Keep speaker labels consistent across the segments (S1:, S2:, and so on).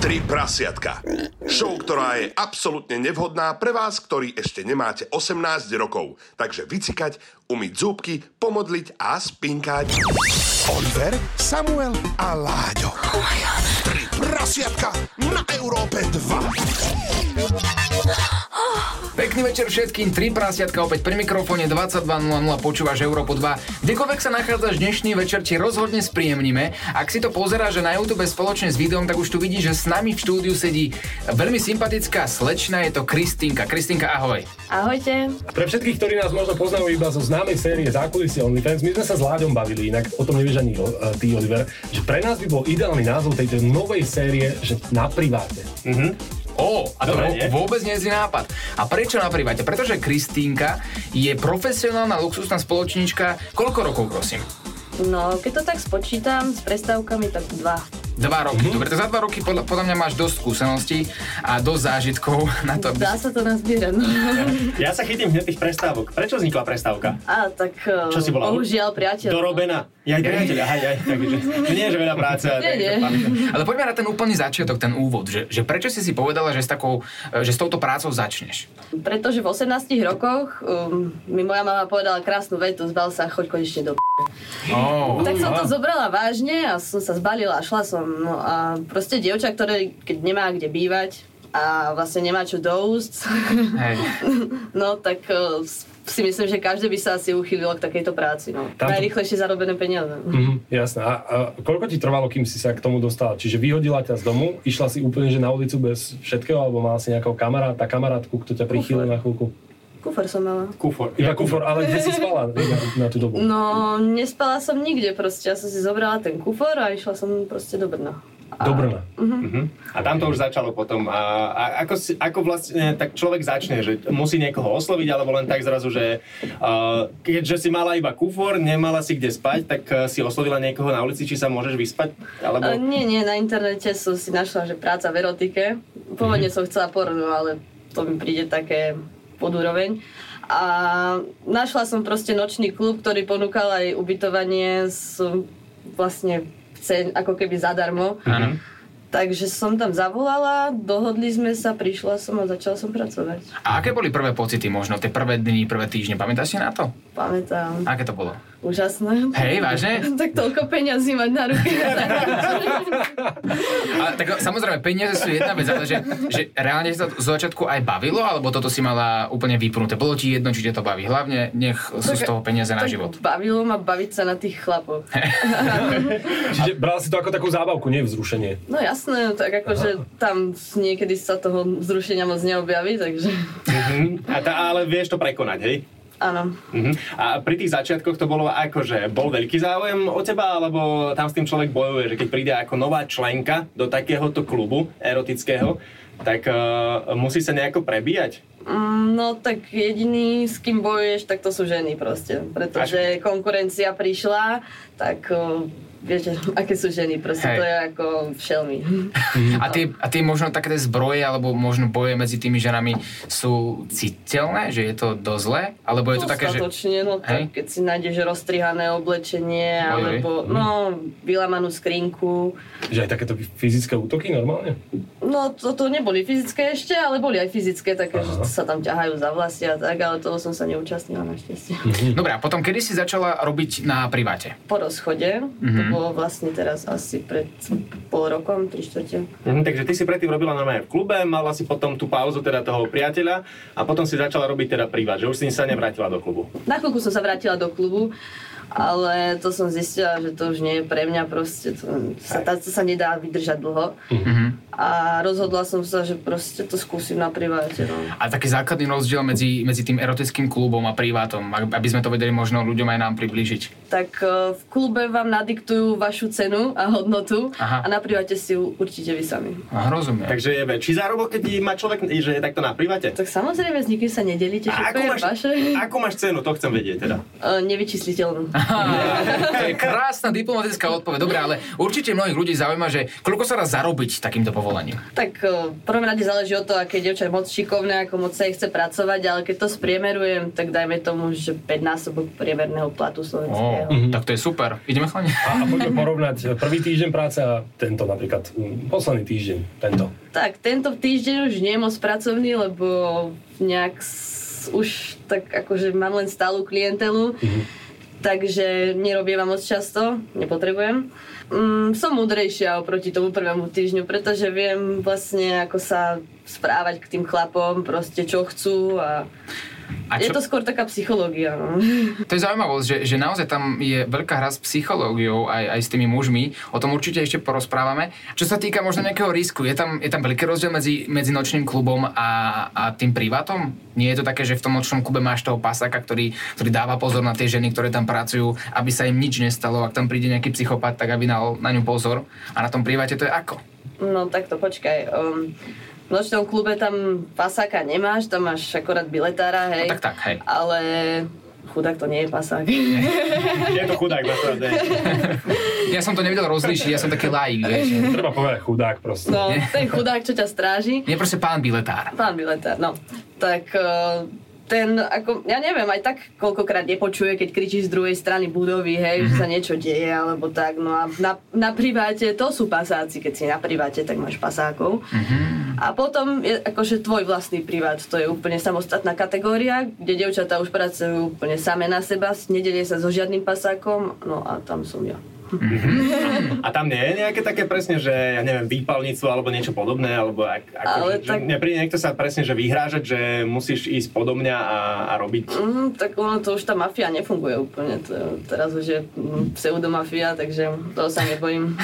S1: Tri prasiatka. Show, ktorá je absolútne nevhodná pre vás, ktorí ešte nemáte 18 rokov. Takže vycikať, umyť zúbky, pomodliť a spinkať.
S2: Oliver, Samuel a Láďo. Tri prasiatka na Európe 2.
S3: Pekný večer všetkým, tri prasiatka opäť pri mikrofóne 22.00 počúvaš Európu 2. Kdekoľvek sa nachádzaš dnešný večer, ti rozhodne spríjemníme. Ak si to pozeráš že na YouTube spoločne s videom, tak už tu vidíš, že s nami v štúdiu sedí veľmi sympatická slečna, je to Kristinka. Kristinka, ahoj.
S4: Ahojte.
S5: Pre všetkých, ktorí nás možno poznajú iba zo známej série Zákulisie OnlyFans, my sme sa s Láďom bavili, inak o tom nevieš ani o- e, ty, Oliver, že pre nás by bol ideálny názov tejto novej série, že na priváte. Mhm.
S3: Ó, a to
S5: Dobre,
S3: vo-
S5: nie?
S3: vôbec nie je zlý nápad. A prečo na priváte? Pretože Kristínka je profesionálna luxusná spoločnička. Koľko rokov, prosím?
S4: No, keď to tak spočítam s prestávkami, tak dva.
S3: Dva roky.
S5: Mhm.
S3: Mm-hmm. Dobre, tak za dva roky podľa, podľa mňa máš dosť skúseností a dosť zážitkov na to, aby
S4: Dá sa to nazbierať. no.
S6: Ja sa chytím hneď tých prestávok. Prečo vznikla prestávka?
S4: A tak eh,
S6: Čo si bola?
S4: bohužiaľ, priateľ.
S6: Dorobená. Ja aj priateľ, aj, aj, takže nie, že veľa práce. a
S4: Nie,
S6: tak,
S4: nie.
S6: to pamätám.
S3: Ale poďme na ten úplný začiatok, ten úvod, že, že prečo si si povedala, že s, takou, e, že s touto prácou začneš?
S4: Pretože v 18 rokoch um, mi moja mama povedala krásnu vetu, zbal sa, choď konečne do p***.
S3: Oh.
S4: Tak som to zobrala vážne a som sa zbalila a šla som. No a proste dievča, ktoré keď nemá kde bývať a vlastne nemá čo do úst,
S3: Hej.
S4: no tak eh, si myslím, že každé by sa asi uchýlilo k takejto práci. No.
S5: Tam to-
S4: Najrychlejšie zarobené peniaze.
S5: Mhm, jasné. A, a koľko ti trvalo, kým si sa k tomu dostala? Čiže vyhodila ťa z domu, išla si úplne že na ulicu bez všetkého, alebo mala si nejakého kamaráta, kamarátku, kto ťa prichýlil na chvíľku?
S4: Kufor som mala.
S6: Kufor.
S5: Iba kufor, ale kde si spala na, na tú dobu?
S4: No, nespala som nikde proste. Ja som si zobrala ten kufor a išla som proste do Brna. A
S5: Do Brna.
S6: A tam to už začalo potom. A, a ako, si, ako vlastne tak človek začne, že musí niekoho osloviť, alebo len tak zrazu, že uh, keďže si mala iba kufor, nemala si kde spať, tak uh, si oslovila niekoho na ulici, či sa môžeš vyspať,
S4: A
S6: alebo...
S4: E, nie, nie, na internete som si našla, že práca v erotike. Pôvodne som chcela porno, ale to mi príde také pod úroveň. A našla som proste nočný klub, ktorý ponúkal aj ubytovanie s vlastne cen, ako keby zadarmo.
S3: Áno.
S4: Takže som tam zavolala, dohodli sme sa, prišla som a začala som pracovať.
S3: A aké boli prvé pocity možno, tie prvé dni, prvé týždne? Pamätáš si na to?
S4: Pamätám.
S3: Aké to bolo?
S4: Úžasné.
S3: Hej, vážne?
S4: tak toľko peňazí mať na ruke.
S3: A, tak samozrejme, peniaze sú jedna vec, ale že, že reálne sa to z začiatku aj bavilo, alebo toto si mala úplne vypnuté? Bolo ti jedno, či ťa to baví? Hlavne nech sú z toho peniaze na
S4: tak
S3: život.
S4: bavilo ma baviť sa na tých chlapoch.
S5: Čiže brala si to ako takú zábavku, nie vzrušenie.
S4: No jasné, tak akože tam niekedy sa toho zrušenia moc neobjaví, takže
S6: Mhm. A tá, ale vieš to prekonať, hej?
S4: áno.
S6: Mhm. A pri tých začiatkoch to bolo ako, že bol veľký záujem o teba, alebo tam s tým človek bojuje, že keď príde ako nová členka do takéhoto klubu erotického, tak uh, musí sa nejako prebíjať.
S4: Mm, No tak jediný, s kým bojuješ, tak to sú ženy proste. Pretože konkurencia prišla, tak o, viete, aké sú ženy proste,
S3: Hej.
S4: to je ako šelmy. Mhm.
S3: A tie, a tie možno také tie zbroje alebo možno boje medzi tými ženami sú citeľné, že je to do zle? Alebo je to také, že...
S4: Dostatočne, no
S3: Hej.
S4: tak keď si nájdeš roztrihané oblečenie,
S3: Ojoj. Mhm.
S4: alebo no, vylamanú skrinku,
S5: Že aj takéto fyzické útoky normálne?
S4: No to, to neboli fyzické ešte, ale boli aj fyzické také,
S5: Aha.
S4: že sa tam ťahajú za vlasy a tak, ale toho som sa neúčastnila našťastie.
S3: Dobre, a potom kedy si začala robiť na priváte?
S4: Po rozchode, to bolo vlastne teraz asi pred pol rokom, tri štvrte.
S6: Mhm. Takže ty si predtým robila normálne v klube, mala si potom tú pauzu teda toho priateľa a potom si začala robiť teda privát, že už si sa nevrátila do klubu.
S4: Na chvíľku som sa vrátila do klubu, ale to som zistila, že to už nie je pre mňa proste, to sa, tá, to sa nedá vydržať dlho. A rozhodla som sa, že proste to skúsim na priváte. No.
S3: A taký základný rozdiel medzi, medzi tým erotickým klubom a privátom, ak- aby sme to vedeli možno ľuďom aj nám priblížiť.
S4: tak e, v klube vám nadiktujú vašu cenu a hodnotu
S3: Aha.
S4: a na priváte si ju určite vy sami.
S3: Aha, No, rozumiem.
S6: Takže je väčší zárobok, keď má človek, že je takto na private.
S4: Tak samozrejme, s nikým sa nedelíte, že
S6: A
S4: to
S6: ako
S4: je
S6: máš,
S4: vaše
S6: ako máš cenu, to chcem vedieť teda.
S4: e, nevyčísliteľnú.
S3: to je krásna diplomatická odpoveď. Dobre, ale určite mnohých ľudí zaujíma, že koľko sa dá zarobiť takýmto povolením.
S4: Tak eh, v prvom rade záleží od toho, aké je dievča je moc šikovné, ako moc sa jej chce pracovať, ale keď to spriemerujem, tak dajme tomu, že 5 násobok priemerného
S3: Oh,
S4: platu slovenského.
S3: tak to je super. Ideme chalani?
S5: A, a poďme porovnať prvý týždeň práce a tento napríklad, mm, posledný týždeň, tento.
S4: Tak, tento týždeň už nie je moc pracovný, lebo nejak s, už tak akože mám len stálu klientelu,
S3: Mhm.
S4: takže nerobievam moc často, nepotrebujem. Mm, som múdrejšia oproti tomu prvému týždňu, pretože viem vlastne, ako sa správať k tým chlapom, proste čo chcú a,
S3: A
S4: je
S3: čo-
S4: to skôr taká psychológia. No.
S3: To je zaujímavosť, že, že naozaj tam je veľká hra s psychológiou aj, aj s tými mužmi. O tom určite ešte porozprávame. Čo sa týka možno nejakého risku, je tam, je tam veľký rozdiel medzi, medzi nočným klubom a, a tým privátom? Nie je to také, že v tom nočnom klube máš toho pasaka, ktorý, ktorý dáva pozor na tie ženy, ktoré tam pracujú, aby sa im nič nestalo. Ak tam príde nejaký psychopat, tak aby dal na ňu pozor. A na tom priváte to je ako?
S4: No takto, počkaj. Um, v nočnom klube tam pasáka nemáš, tam máš akorát biletára, hej.
S3: No tak, tak, hej.
S4: Ale chudák to nie je pasák.
S6: Je to chudák, akorát, ne.
S3: Ja som to nevedel rozlíšiť, ja som taký laik, vieš.
S5: Treba povedať chudák proste.
S4: No, ten chudák, čo ťa stráži,
S3: Nie proste pán biletár.
S4: pán biletár, no. Tak eh, ten, ako, ja neviem, aj tak koľkokrát nepočuje, keď kričíš z druhej strany budovy, hej, že sa niečo deje, alebo tak, no a na, na priváte, to sú pasáci, keď si na priváte, tak máš pasákov. A potom je akože tvoj vlastný privát, to je úplne samostatná kategória, kde devčatá už pracujú úplne same na seba, nedelie sa so žiadnym pasákom, no a tam som ja.
S6: A tam nie je nejaké také presne, že ja neviem, výpalníctvo alebo niečo podobné, alebo ak, ako,
S4: Ale
S6: že,
S4: tak-
S6: že nepríde niekto sa presne, že vyhrážať, že musíš ísť podo mňa a, a robiť.
S4: Mm, tak ono to už tá mafia nefunguje úplne. To, je- teraz už je mm, pseudomafia, takže toho sa nebojím.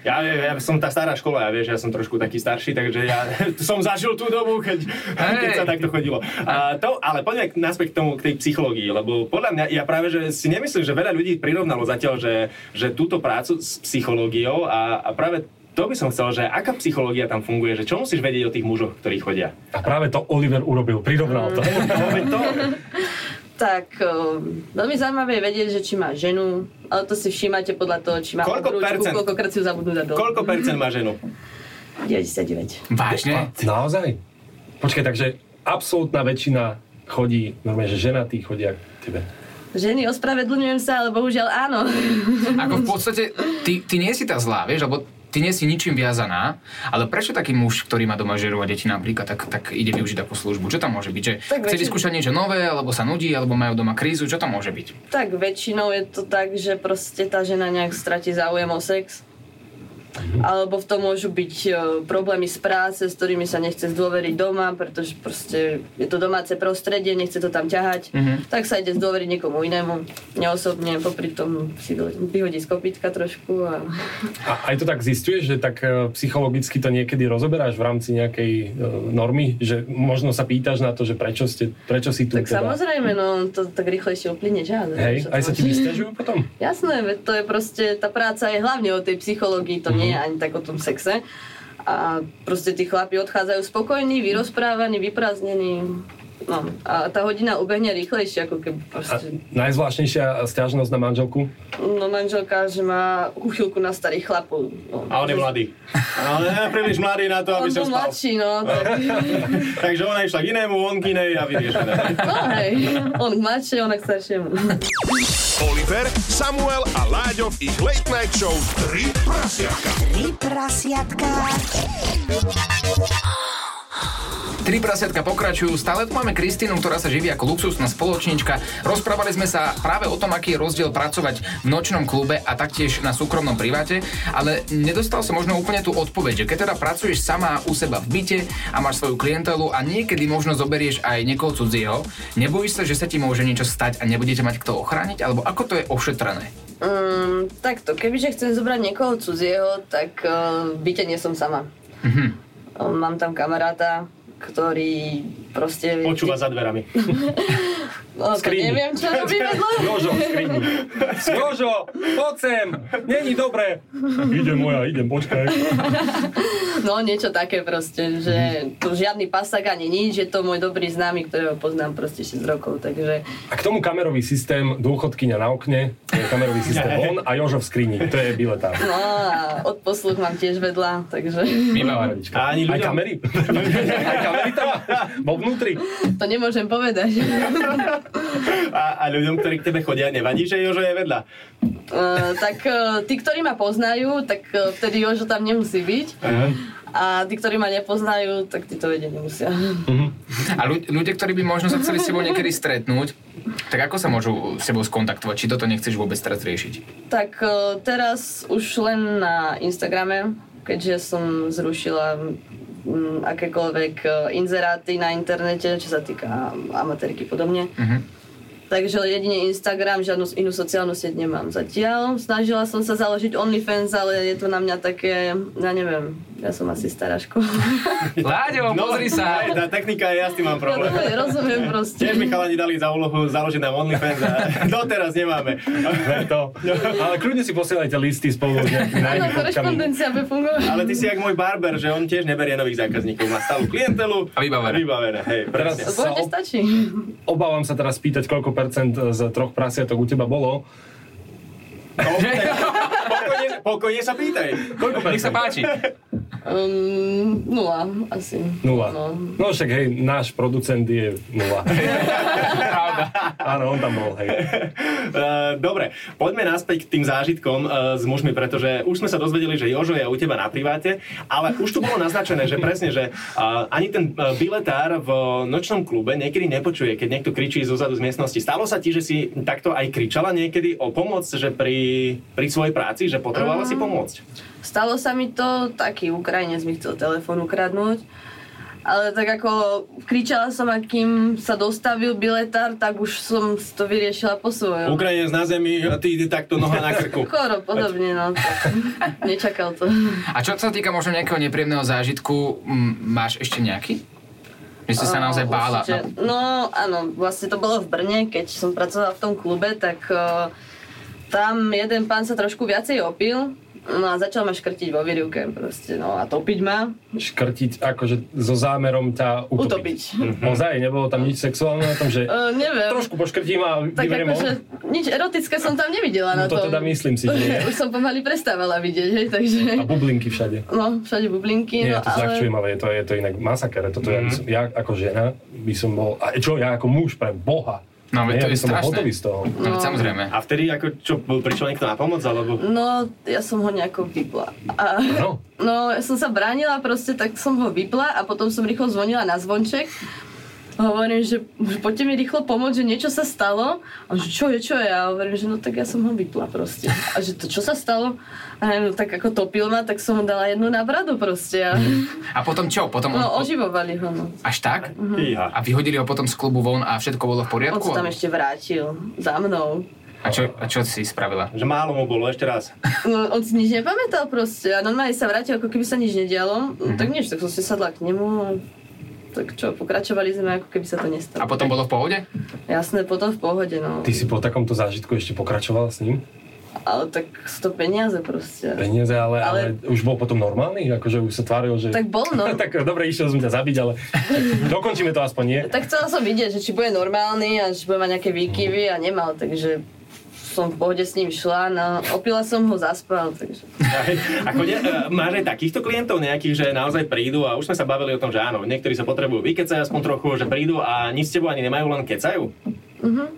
S6: Ja, ja som tá stará škola, ja vieš, ja som trošku taký starší, takže ja som zažil tú dobu, keď, keď sa takto chodilo. A to, ale poďme k- naspäť k tomu, k tej psychológii, lebo podľa mňa, ja práve že si nemyslím, že veľa ľudí prirovnalo zatiaľ, že, že túto prácu s psychológiou a, a práve to by som chcel, že aká psychológia tam funguje, že čo musíš vedieť o tých mužoch, ktorí chodia.
S5: A práve to Oliver urobil, prirovnal to.
S4: Mm.
S6: To,
S4: tak um, veľmi zaujímavé je vedieť, že či má ženu, ale to si všímate podľa toho, či má
S6: Koľko percent?
S4: koľkokrát si ju zabudnú dať dole.
S6: koľko percent má ženu?
S4: 99.
S3: Vážne?
S5: Naozaj? Počkaj, takže absolútna väčšina chodí, normálne, že ženatí chodia k tebe.
S4: Ženy, ospravedlňujem sa, ale bohužiaľ áno.
S3: Ako v podstate, ty, ty nie si tá zlá, vieš, lebo ty nie si ničím viazaná, ale prečo taký muž, ktorý má doma žeru a deti napríklad, tak, tak ide využiť takú službu? Čo tam môže byť? Že chce
S4: Tak väčšin-
S3: vyskúšať niečo nové, alebo sa nudí, alebo majú doma krízu, čo tam môže byť?
S4: tak väčšinou je to tak, že proste tá žena nejak stratí záujem o sex.
S6: Mhm.
S4: Alebo v tom môžu byť e, problémy z práce, s ktorými sa nechce zdôveriť doma, pretože proste je to domáce prostredie, nechce to tam ťahať.
S6: Mhm.
S4: Tak sa ide zdôveriť niekomu inému, neosobne, popri tom si do- vyhodí z kopítka trošku. A...
S5: A aj to tak zistuješ, že tak e, psychologicky to niekedy rozoberáš v rámci nejakej e, normy, že možno sa pýtaš na to, že prečo, ste, prečo si tu
S4: Tak
S5: teda.
S4: samozrejme, no to tak rýchlejšie uplyne čas.
S5: Hej,
S4: čo
S5: aj sa
S4: tam-
S5: ti vystiažujú potom?
S4: Jasné, veď to je proste, tá práca je hlavne o tej psychológii, to
S5: Mhm.
S4: nie je ani tak o tom sexe. A proste tí chlapi odchádzajú spokojní, vyrozprávaní, vyprázdnení. No, a tá hodina ubehne rýchlejšie, ako keby
S5: A
S4: proste...
S5: najzvláštnejšia stiažnosť na manželku?
S4: No manželka, že má uchylku na starých chlapov. No.
S6: A on je mladý. Ale nie je príliš mladý na to, aby
S4: On bol
S6: som spal.
S4: mladší, no, tak,
S6: Takže ona išla k inému, on k inej a teda. vyriešené.
S4: no hej, on k mladšej, ona k staršiemu.
S2: Oliver, Samuel a Láďo v ich Late Night Show 3 prasiatka.
S7: Tri prasiatka.
S3: Tri prasiatka pokračujú. Stále tu máme Kristínu, ktorá sa živí ako luxusná spoločnička. Rozprávali sme sa práve o tom, aký je rozdiel pracovať v nočnom klube a taktiež na súkromnom priváte, ale nedostal som možno úplne tú odpoveď, že keď teda pracuješ sama u seba v byte a máš svoju klientelu a niekedy možno zoberieš aj niekoho cudzieho, nebojíš sa, že sa ti môže niečo stať a nebudete mať kto ochrániť, alebo ako to je ošetrené?
S4: Um, takto, kebyže chcem zobrať niekoho cudzieho, tak uh, v byte nie som sama. Um, mám tam kamaráta, ktorý proste...
S6: Počúva za dverami.
S4: no, to
S5: skrini.
S4: neviem, čo robí vedľa.
S5: Jožo, skrini. Jožo, poď sem, není dobre. Idem moja, idem, počkaj.
S4: No niečo také proste, že tu žiadny pasák ani nič, je to môj dobrý známy, ktorého poznám proste 6 rokov, takže
S5: A k tomu kamerový systém, dôchodkyňa na okne, to je kamerový systém on a Jožo v skrini, to je biletár.
S4: no a odposluch mám tiež vedľa, takže
S5: Bývalá rodička.
S6: A ani
S5: Aj
S6: ľuďom-
S5: kamery? Aj kamery tam máš? Vo vnútri?
S4: to nemôžem povedať.
S6: A, a ľuďom, ktorí k tebe chodia, nevadí, že Jožo je vedľa.
S4: Eh, tak eh, tí, ktorí ma poznajú, tak eh, vtedy Jožo tam nemusí byť. A tí, ktorí ma nepoznajú, tak tí to vedieť nemusia.
S3: A ľu- ľudia, ktorí by možno sa chceli s tebou niekedy stretnúť, tak ako sa môžu s tebou skontaktovať? Či toto nechceš vôbec teraz riešiť?
S4: Tak eh, teraz už len na Instagrame, keďže som zrušila mm, akékoľvek eh, inzeráty na internete, čo sa týka amatérky podobne.
S6: Mhm.
S4: Takže jedine Instagram, žiadnu inú sociálnu sieť nemám zatiaľ. Snažila som sa založiť OnlyFans, ale je to na mňa také, ja neviem, ja som asi stará škola.
S3: Láďo, pozri sa!
S6: Aj, No, tá technika, ja s tým mám
S4: Ja
S6: problém.
S4: tomu nerozumiem proste.
S6: Tiež mi chalani dali za úlohu založiť na OnlyFans a doteraz nemáme.
S5: Ver to. Ale kľudne si posielajte listy spolu s
S4: Áno,
S5: nejakými najmä fotkami.
S4: korešpondencia by fungovala.
S6: Ale ty si jak môj barber, že on tiež neberie nových zákazníkov, má stálu klientelu.
S3: A vybavené.
S6: Vybavené, hej,
S5: Teraz
S6: presne.
S5: sa
S4: Poďte
S5: ob-
S4: stačí.
S5: obávam sa teraz spýtať, koľko percent z troch prasiatok u teba bolo.
S6: Pokojne, pokojne sa pýtaj.
S5: Koľko
S3: Nech sa
S5: percent?
S3: páči.
S4: Um, nula asi.
S5: Nula.
S4: No.
S5: No však hej, náš producent je nula.
S3: Pravda.
S5: Áno, on tam bol, hej.
S6: Eh, Dobre, poďme naspäť k tým zážitkom eh, s mužmi, pretože už sme sa dozvedeli, že Jožo je u teba na priváte, ale už tu bolo naznačené, že presne, že eh, ani ten eh, biletár v nočnom klube niekedy nepočuje, keď niekto kričí zozadu z miestnosti. Stalo sa ti, že si takto aj kričala niekedy o pomoc, že pri, pri svojej práci, že potrebovala si pomôcť?
S4: Stalo sa mi to, taký Ukrajinec mi chcel telefón ukradnúť. Ale tak ako kričala som, a kým sa dostavil biletár, tak už som si to vyriešila po svojom.
S6: Ukrajinec na zemi, a ty takto noha na krku.
S4: Skoro podobne, no. Nečakal to.
S3: A čo sa týka možno nejakého nepríjemného zážitku, m, máš ešte nejaký? Že si sa naozaj bála.
S4: Určite.
S3: No,
S4: No áno, vlastne to bolo v Brne, keď som pracovala v tom klube, tak eh, tam jeden pán sa trošku viacej opil, no a začal ma škrtiť vo výrivke proste, no a topiť ma.
S5: Škrtiť akože so zámerom ťa
S4: Utopiť.
S5: utopiť. Mhm. Ozaj, nebolo tam nič sexuálne na tom, že
S4: Uh, neviem.
S5: trošku poškrtím a
S4: tak
S5: vyberiem ho.
S4: akože nič erotické som tam nevidela na
S5: No to
S4: tom.
S5: teda myslím si, že nie.
S4: Už som pomaly prestávala vidieť, hej, takže...
S5: A bublinky všade.
S4: No, všade bublinky, no
S5: Nie, ja to ale... zľahčujem, ale je to, je to inak masaker. Toto
S3: Mhm.
S5: ja, by som, ja ako žena by som bol... A čo, ja ako muž pre Boha.
S3: No, veď
S5: ja
S3: to je
S5: by som bol
S3: strašné.
S5: hotový z toho.
S3: no, veď samozrejme.
S6: A vtedy, ako čo, prišiel niekto na pomoc, alebo...
S4: No, ja som ho nejako vypla. A,
S5: No.
S4: no, ja som sa bránila proste, tak som ho vypla a potom som rýchlo zvonila na zvonček. Hovorím, že že poďte mi rýchlo pomôcť, že niečo sa stalo. A on, že čo je, čo je? A hovorím, že no tak ja som ho vypla proste. A že to čo sa stalo? A ja, no tak ako topil ma, tak som mu dala jednu na bradu proste. A,
S5: Mhm.
S3: A potom čo? Potom on,
S4: no, oživovali ho, no.
S3: až tak?
S6: Iha.
S3: A vyhodili ho potom z klubu von a všetko bolo v
S4: On
S3: poriadku?
S4: sa tam ešte vrátil za mnou.
S3: A čo, a čo si spravila?
S6: Že málo mu bolo, ešte raz.
S4: No, on si nič nepamätal proste a normálne sa vrátil, ako keby sa nič nedialo. No,
S5: Mhm.
S4: tak nič, tak som si sadla k nemu a tak čo, pokračovali sme, ako keby sa to
S3: A
S4: nestalo.
S3: potom bolo v pohode?
S4: Jasné, potom v pohode, no.
S5: Ty si po takomto zážitku ešte pokračoval s ním?
S4: Ale tak sú to peniaze proste.
S5: Peniaze, ale, ale...
S4: Ale-
S5: ale už bol potom normálny? Akože už sa tváril, že...
S4: Tak bol, no.
S5: tak dobre, išiel som ťa zabiť, ale dokončíme to aspoň nie.
S4: Tak chcela som vidieť, že či bude normálny a či bude mať nejaké výkyvy a nemal, takže som v pohode s ním šla, no opila som ho, zaspal, takže...
S6: Aj, Ako ne, e, máš aj takýchto klientov nejakých, že naozaj prídu a už sme sa bavili o tom, že áno, niektorí sa potrebujú vykecať aspoň trochu, že prídu a nič s tebou ani nemajú, len kecajú.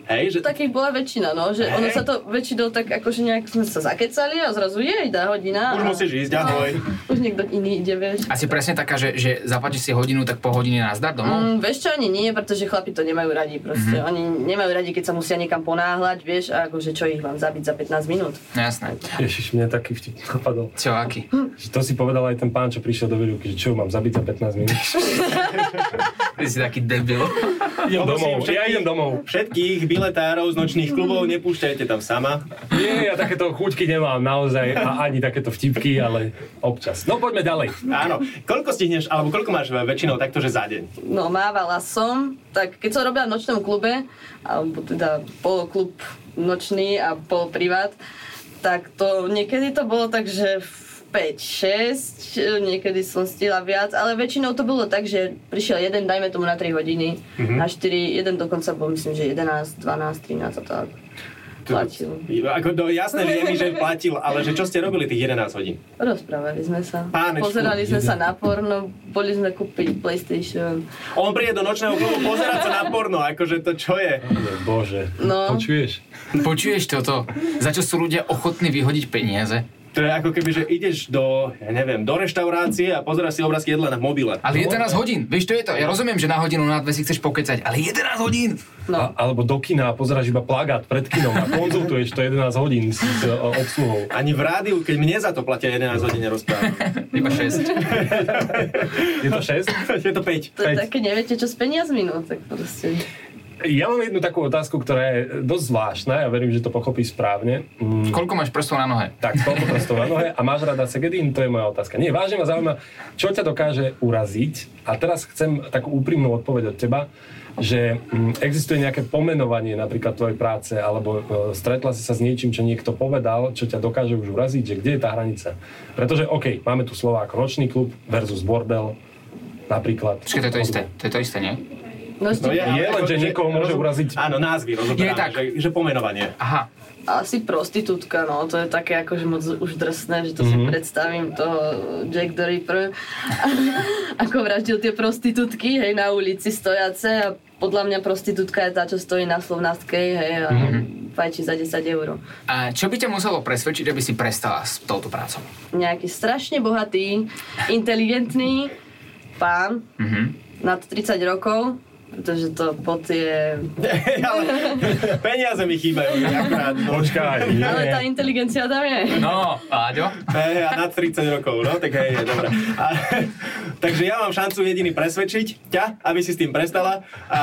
S6: Hej, že...
S4: Takých bola väčšina, no, že ono sa to väčšinou tak akože nejak sme sa zakecali a zrazu jej dá hodina.
S6: Už
S4: a-
S6: musíš ísť, ahoj.
S4: Už niekto iný ide, vieš.
S3: A si presne taká, že, že zapáči si hodinu, tak po hodine nazdar domov?
S4: Mm, vieš čo, ani nie, pretože chlapi to nemajú radi proste.
S6: Mhm.
S4: Mm-hmm. Oni nemajú radi, keď sa musia niekam ponáhľať, vieš, a akože čo ich mám zabiť za 15 minút.
S3: No jasné.
S5: Ježiš, mne taký vtip napadol.
S3: Čo, aký?
S5: Že to si povedal aj ten pán, čo prišiel do výruky, že čo, mám zabiť za 15 minút?
S3: Ty si taký debil.
S5: idem domov,
S6: Poprosím
S5: ja
S6: všetkých-
S5: idem domov.
S6: Všetkých biletárov z nočných klubov nepúšťajte tam sama.
S5: Nie, ja takéto chuťky nemám naozaj a ani takéto vtipky, ale občas. No poďme ďalej.
S6: Áno. Koľko stihneš, alebo koľko máš väčšinou takto, že za deň?
S4: No, mávala som, tak keď som robila v nočnom klube, alebo teda poloklub nočný a poloprivát, tak to niekedy to bolo tak, že v 5, 6, niekedy som stihla viac, ale väčšinou to bolo tak, že prišiel jeden, dajme tomu na 3 hodiny, mm-hmm. na 4, jeden dokonca bol myslím, že 11, 12, 13 a tak. Platil.
S6: Ako, no, jasné, viem, že platil, ale že čo ste robili tých 11 hodín?
S4: Rozprávali sme sa,
S6: Pánečku.
S4: pozerali sme sa na porno, boli sme kúpiť Playstation.
S6: On príde do nočného klubu pozerať sa na porno, akože to čo je?
S5: Bože,
S4: No.
S5: počuješ?
S3: Počuješ toto? Za čo sú ľudia ochotní vyhodiť peniaze?
S6: To je ako keby, že ideš do, ja neviem, do reštaurácie a pozeráš si obrázky jedla na mobile.
S3: Ale 11 hodín, vieš, to je to. Ja rozumiem, že na hodinu, na dve si chceš pokecať, ale 11 hodín!
S5: A, alebo do kina a pozeráš iba plagát pred kinom a konzultuješ to 11 hodín s, s o, obsluhou.
S6: Ani v rádiu, keď mne za to platia 11 hodín rozprávam.
S3: Iba 6.
S5: Je to 6?
S6: je to 5.
S4: To je
S5: Peť.
S4: také, neviete čo s peniazmi, no tak proste.
S5: Ja mám jednu takú otázku, ktorá je dosť zvláštna, ja verím, že to pochopí správne. Mm,
S3: Koľko máš prstov na nohe?
S5: tak, koľko prstov na nohe a máš rada Segedin? To je moja otázka. Nie, vážne ma zaujíma, čo ťa dokáže uraziť. A teraz chcem takú úprimnú odpoveď od teba, že mm, existuje nejaké pomenovanie napríklad tvojej práce, alebo e, stretla si sa s niečím, čo niekto povedal, čo ťa dokáže už uraziť, že kde je tá hranica. Pretože, OK, máme tu Slovák ročný klub versus bordel, napríklad.
S3: Počkaj, to je to isté, to je to isté, nie?
S4: No,
S6: No je, ale
S5: len,
S6: ako,
S5: že niekoho môže
S6: rozum-
S5: uraziť.
S6: Áno,
S3: Je
S6: názvy rozoberáme,
S3: tak.
S6: že, že pomenovanie.
S3: Aha,
S4: Asi prostitútka, no, to je také akože moc už drsné, že to si predstavím toho Jack the Ripper, ako vraždil tie prostitútky, hej, na ulici stojace a podľa mňa prostitútka je tá, čo stojí na slovnáctkej, hej, a fajčí za 10 eur.
S3: a čo by ťa muselo presvedčiť, aby si prestala s touto prácou?
S4: Nejaký strašne bohatý, inteligentný pán, nad 30 rokov, pretože to pot je...
S6: ale peniaze mi chýbajú akurát. no.
S5: Počkaj, nie,
S4: Ale tá
S5: nie.
S4: inteligencia tam je.
S3: No, Láďo?
S6: Hej, E, a nad 30 rokov, no tak hej, je dobré. A, takže ja mám šancu jediný presvedčiť ťa, aby si s tým prestala. A,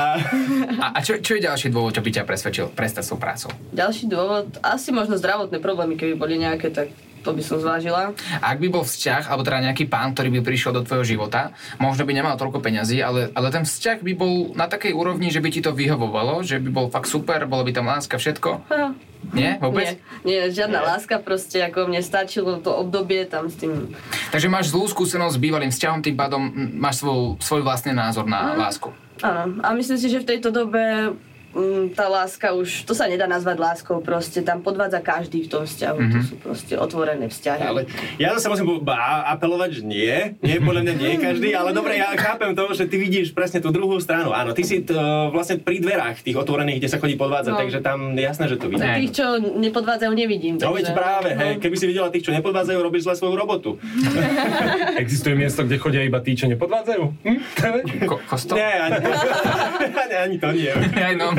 S3: A, a čo, čo je ďalší dôvod, čo by ťa presvedčil prestať s tou prácou?
S4: Ďalší dôvod, asi možno zdravotné problémy, keby boli nejaké, tak to by som zvážila.
S3: A Ak by bol vzťah, alebo teda nejaký pán, ktorý by prišiel do tvojho života, možno by nemal toľko peňazí, ale, ale ten vzťah by bol na takej úrovni, že by ti to vyhovovalo, že by bol fakt super, bolo by tam láska, všetko.
S4: Ha,
S3: Nie? Vôbec?
S4: Nie, nie, žiadna láska, proste ako mne stačilo to obdobie tam s tým.
S3: Takže máš zlú skúsenosť s bývalým vzťahom, tým pádom mm, máš svoj, svoj vlastný názor na lásku.
S4: Áno, a myslím si, že v tejto dobe mm, tá láska už, to sa nedá nazvať láskou, proste tam podvádza každý v tom vzťahu, to sú proste otvorené vzťahy.
S6: Mhm. ale ja zase musím po- ba- apelovať, že nie. Nie, podľa mňa nie každý, ale dobre, ja chápem to, že ty vidíš presne tú druhú stranu. Áno, ty si t- vlastne pri dverách tých otvorených, kde sa chodí podvádzať,
S4: No.
S6: takže tam jasné, že to vidíš.
S3: Ne.
S4: Tých, čo nepodvádzajú, nevidím.
S6: No veď práve, hej, keby si videla tých, čo nepodvádzajú, robíš zle svoju robotu.
S5: Existuje miesto, kde chodia iba tí, čo nepodvádzajú? Hm?
S3: Ko, kostol?
S6: Nie, ani to, ani, ani to nie.
S3: Aj no.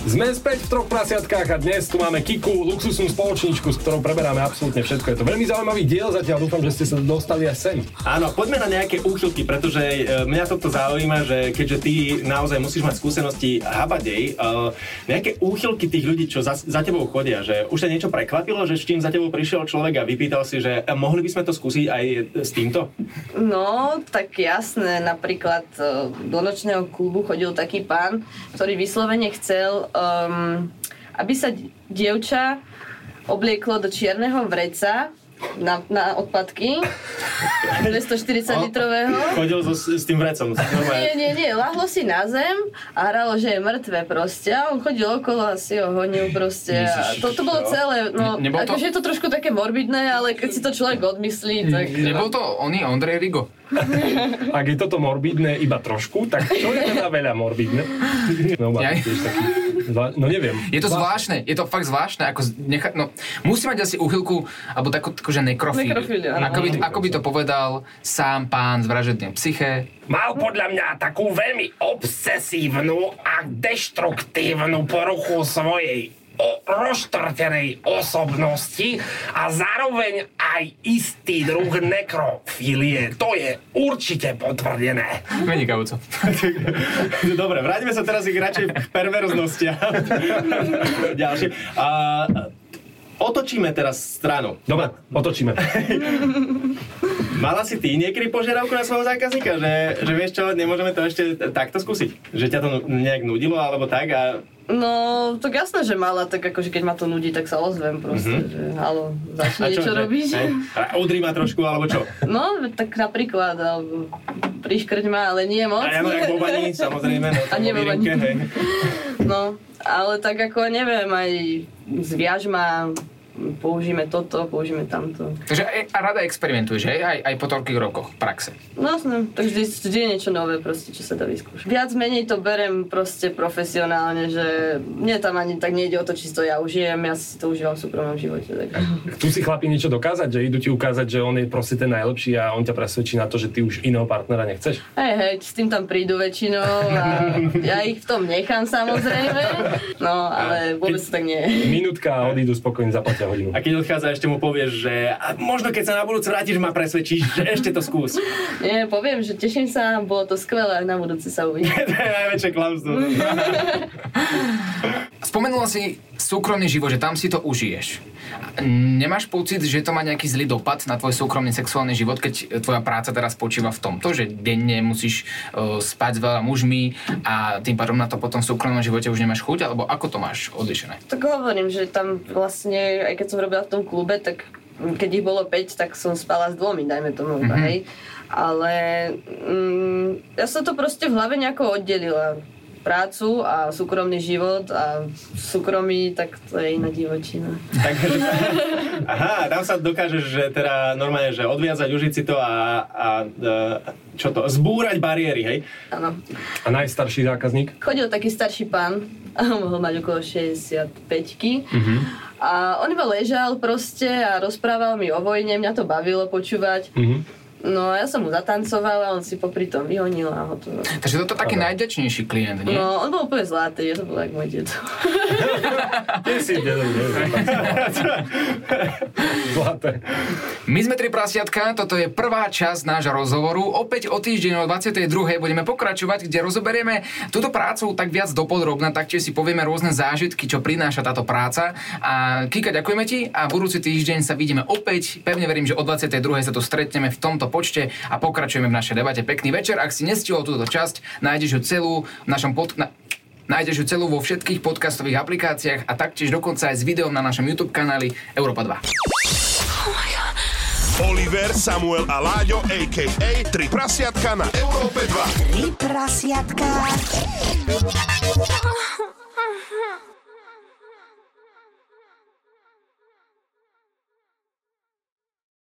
S5: Sme späť v troch prasiatkách a dnes tu máme Kiku, luxusnú spoločničku, s ktorou preberáme absolútne všetko. Je to veľmi zaujímavý diel zatiaľ, dúfam, že ste sa dostali aj sem.
S6: Áno, poďme na nejaké úchylky, pretože e, mňa toto zaujíma, že keďže ty naozaj musíš mať skúsenosti habadej, e, nejaké úchylky tých ľudí, čo za, za tebou chodia, že už ťa niečo prekvapilo, že s čím za tebou prišiel človek a vypýtal si, že e, mohli by sme to skúsiť aj e, s týmto?
S4: No, tak jasné, napríklad e, do nočného klubu chodil taký pán, ktorý vyslovene chcel, um, aby sa di- dievča oblieklo do čierneho vreca na, na odpadky 240 litrového.
S6: Chodil so, s tým vrecom.
S4: Nie,
S6: normálne.
S4: nie, nie, lahlo si na zem a hralo, že je mŕtve proste. A on chodil okolo a si ho honil proste. A to, to bolo celé, no,
S3: Ne- nebol to-
S4: akože je to trošku také morbidné, ale keď si to človek odmyslí, tak...
S3: Nebol to oný Ondrej Rigo?
S5: Ak je toto morbidné iba trošku, tak čo je teda veľa morbidné? No, má
S3: Ja-
S5: to tiež taký... zvla- no neviem.
S3: Je to zvláštne, je to fakt zvláštne, ako z- necha, no, musí mať asi uchylku, alebo takú, akože nekrofíliu.
S4: Nekrofíliu, áno.
S3: Ako by, ako by to povedal sám pán z vražednej psyche.
S8: mal podľa mňa takú veľmi obsesívnu a deštruktívnu poruchu svojej o- roštrtenej osobnosti a zároveň aj istý druh nekrofilie. To je určite potvrdené.
S3: Vynikajúco.
S6: Dobre, vráťme sa teraz ich radšej k perverznostiam. Ďalšie. A, otočíme teraz stranu.
S5: Dobre, otočíme.
S6: Mala si ty niekedy požiadavku na svojho zákazníka, že, že vieš čo, nemôžeme to ešte t- takto skúsiť? Že ťa to nu- nejak nudilo alebo tak a
S4: No, tak jasné, že mala, tak akože keď ma to nudí, tak sa ozvem proste, mm-hmm. že halo,
S6: Mhm. a
S4: začni niečo
S6: že-
S4: robiť.
S6: hej, a Udri ma trošku alebo čo?
S4: No, tak napríklad, alebo priškrť ma, ale nie moc.
S6: A ja no jak bobani, samozrejme. No,
S4: A nie
S6: vo
S4: bobani.
S6: výrivke, hej.
S4: No, ale tak ako neviem, aj zviaž ma, použijeme toto, použijeme tamto.
S3: Takže aj, a rada experimentuješ, hej? Aj, aj po toľkých rokoch praxe.
S4: No jasné, tak vždy, vždy je niečo nové proste, čo sa dá vyskúšať. Viac menej to berem proste profesionálne, že mne tam ani tak nejde o to, či si to ja užijem, ja si to užívam v súkromnom živote. Tak.
S5: Tu si chlapi niečo dokázať, že idú ti ukázať, že on je proste ten najlepší a on ťa presvedčí na to, že ty už iného partnera nechceš.
S4: Hej, hej, s tým tam prídu väčšinou a ja ich v tom nechám samozrejme, no ale vôbec to tak nie je.
S5: Minútka a odídu spokojne, zaplatia hodinu.
S6: A keď odchádza, ešte mu povieš, že a možno keď sa na budúce vrátiš, ma presvedčíš, že ešte to skús.
S4: Nie, poviem, že teším sa, bolo to skvelé, na budúci sa uvidí.
S6: to je najväčšie klamstvo.
S3: Spomenula si súkromný život, že tam si to užiješ. Nemáš pocit, že to má nejaký zlý dopad na tvoj súkromný sexuálny život, keď e, tvoja práca teraz počíva v tomto, že denne musíš uh, spať s veľa mužmi a tým pádom na to potom v súkromnom živote už nemáš chuť, alebo ako to máš odlišené?
S4: Tak hovorím, že tam vlastne, aj keď som robila v tom klube, tak keď ich bolo 5, tak som spala s dvomi, dajme tomu, mm-hmm. hej. Ale mm, ja som to proste v hlave nejako oddelila. Prácu a súkromný život a súkromí, tak to je iná divočina.
S6: Takže, aha, tam sa dokážeš, že teda normálne, že odviazať, užiť si to a, a e, čo to, zbúrať bariéry, hej?
S4: Áno.
S5: A najstarší zákazník?
S4: Chodil taký starší pán, mohol mať okolo 65 mm-hmm. a on iba ležal proste a rozprával mi o vojne, mňa to bavilo počúvať.
S5: Mhm.
S4: No a ja som mu zatancovala, on si popri tom vyhonil a hotovo.
S3: Takže toto je taký najďačnejší klient, nie?
S4: No, on bol úplne zlatý, to bol jak môj dedo.
S5: Ty si Zlaté.
S3: My sme tri prasiatka, toto je prvá časť nášho rozhovoru. Opäť o týždeň o 22. budeme pokračovať, kde rozoberieme túto prácu tak viac dopodrobná, taktiež si povieme rôzne zážitky, čo prináša táto práca. A Kika, ďakujeme ti a budúci týždeň sa vidíme opäť. Pevne verím, že o 22. sa tu stretneme v tomto počte a pokračujeme v našej debate. Pekný večer. Ak si nestihol túto časť, nájdeš ju celú v našom pod... Na... Nájdeš ju celú vo všetkých podcastových aplikáciách a taktiež dokonca aj s videom na našom YouTube kanáli Európa 2.
S2: Oliver, Samuel a Láďo, a.k.a. Tri prasiatka na Európe 2.
S7: Tri prasiatka.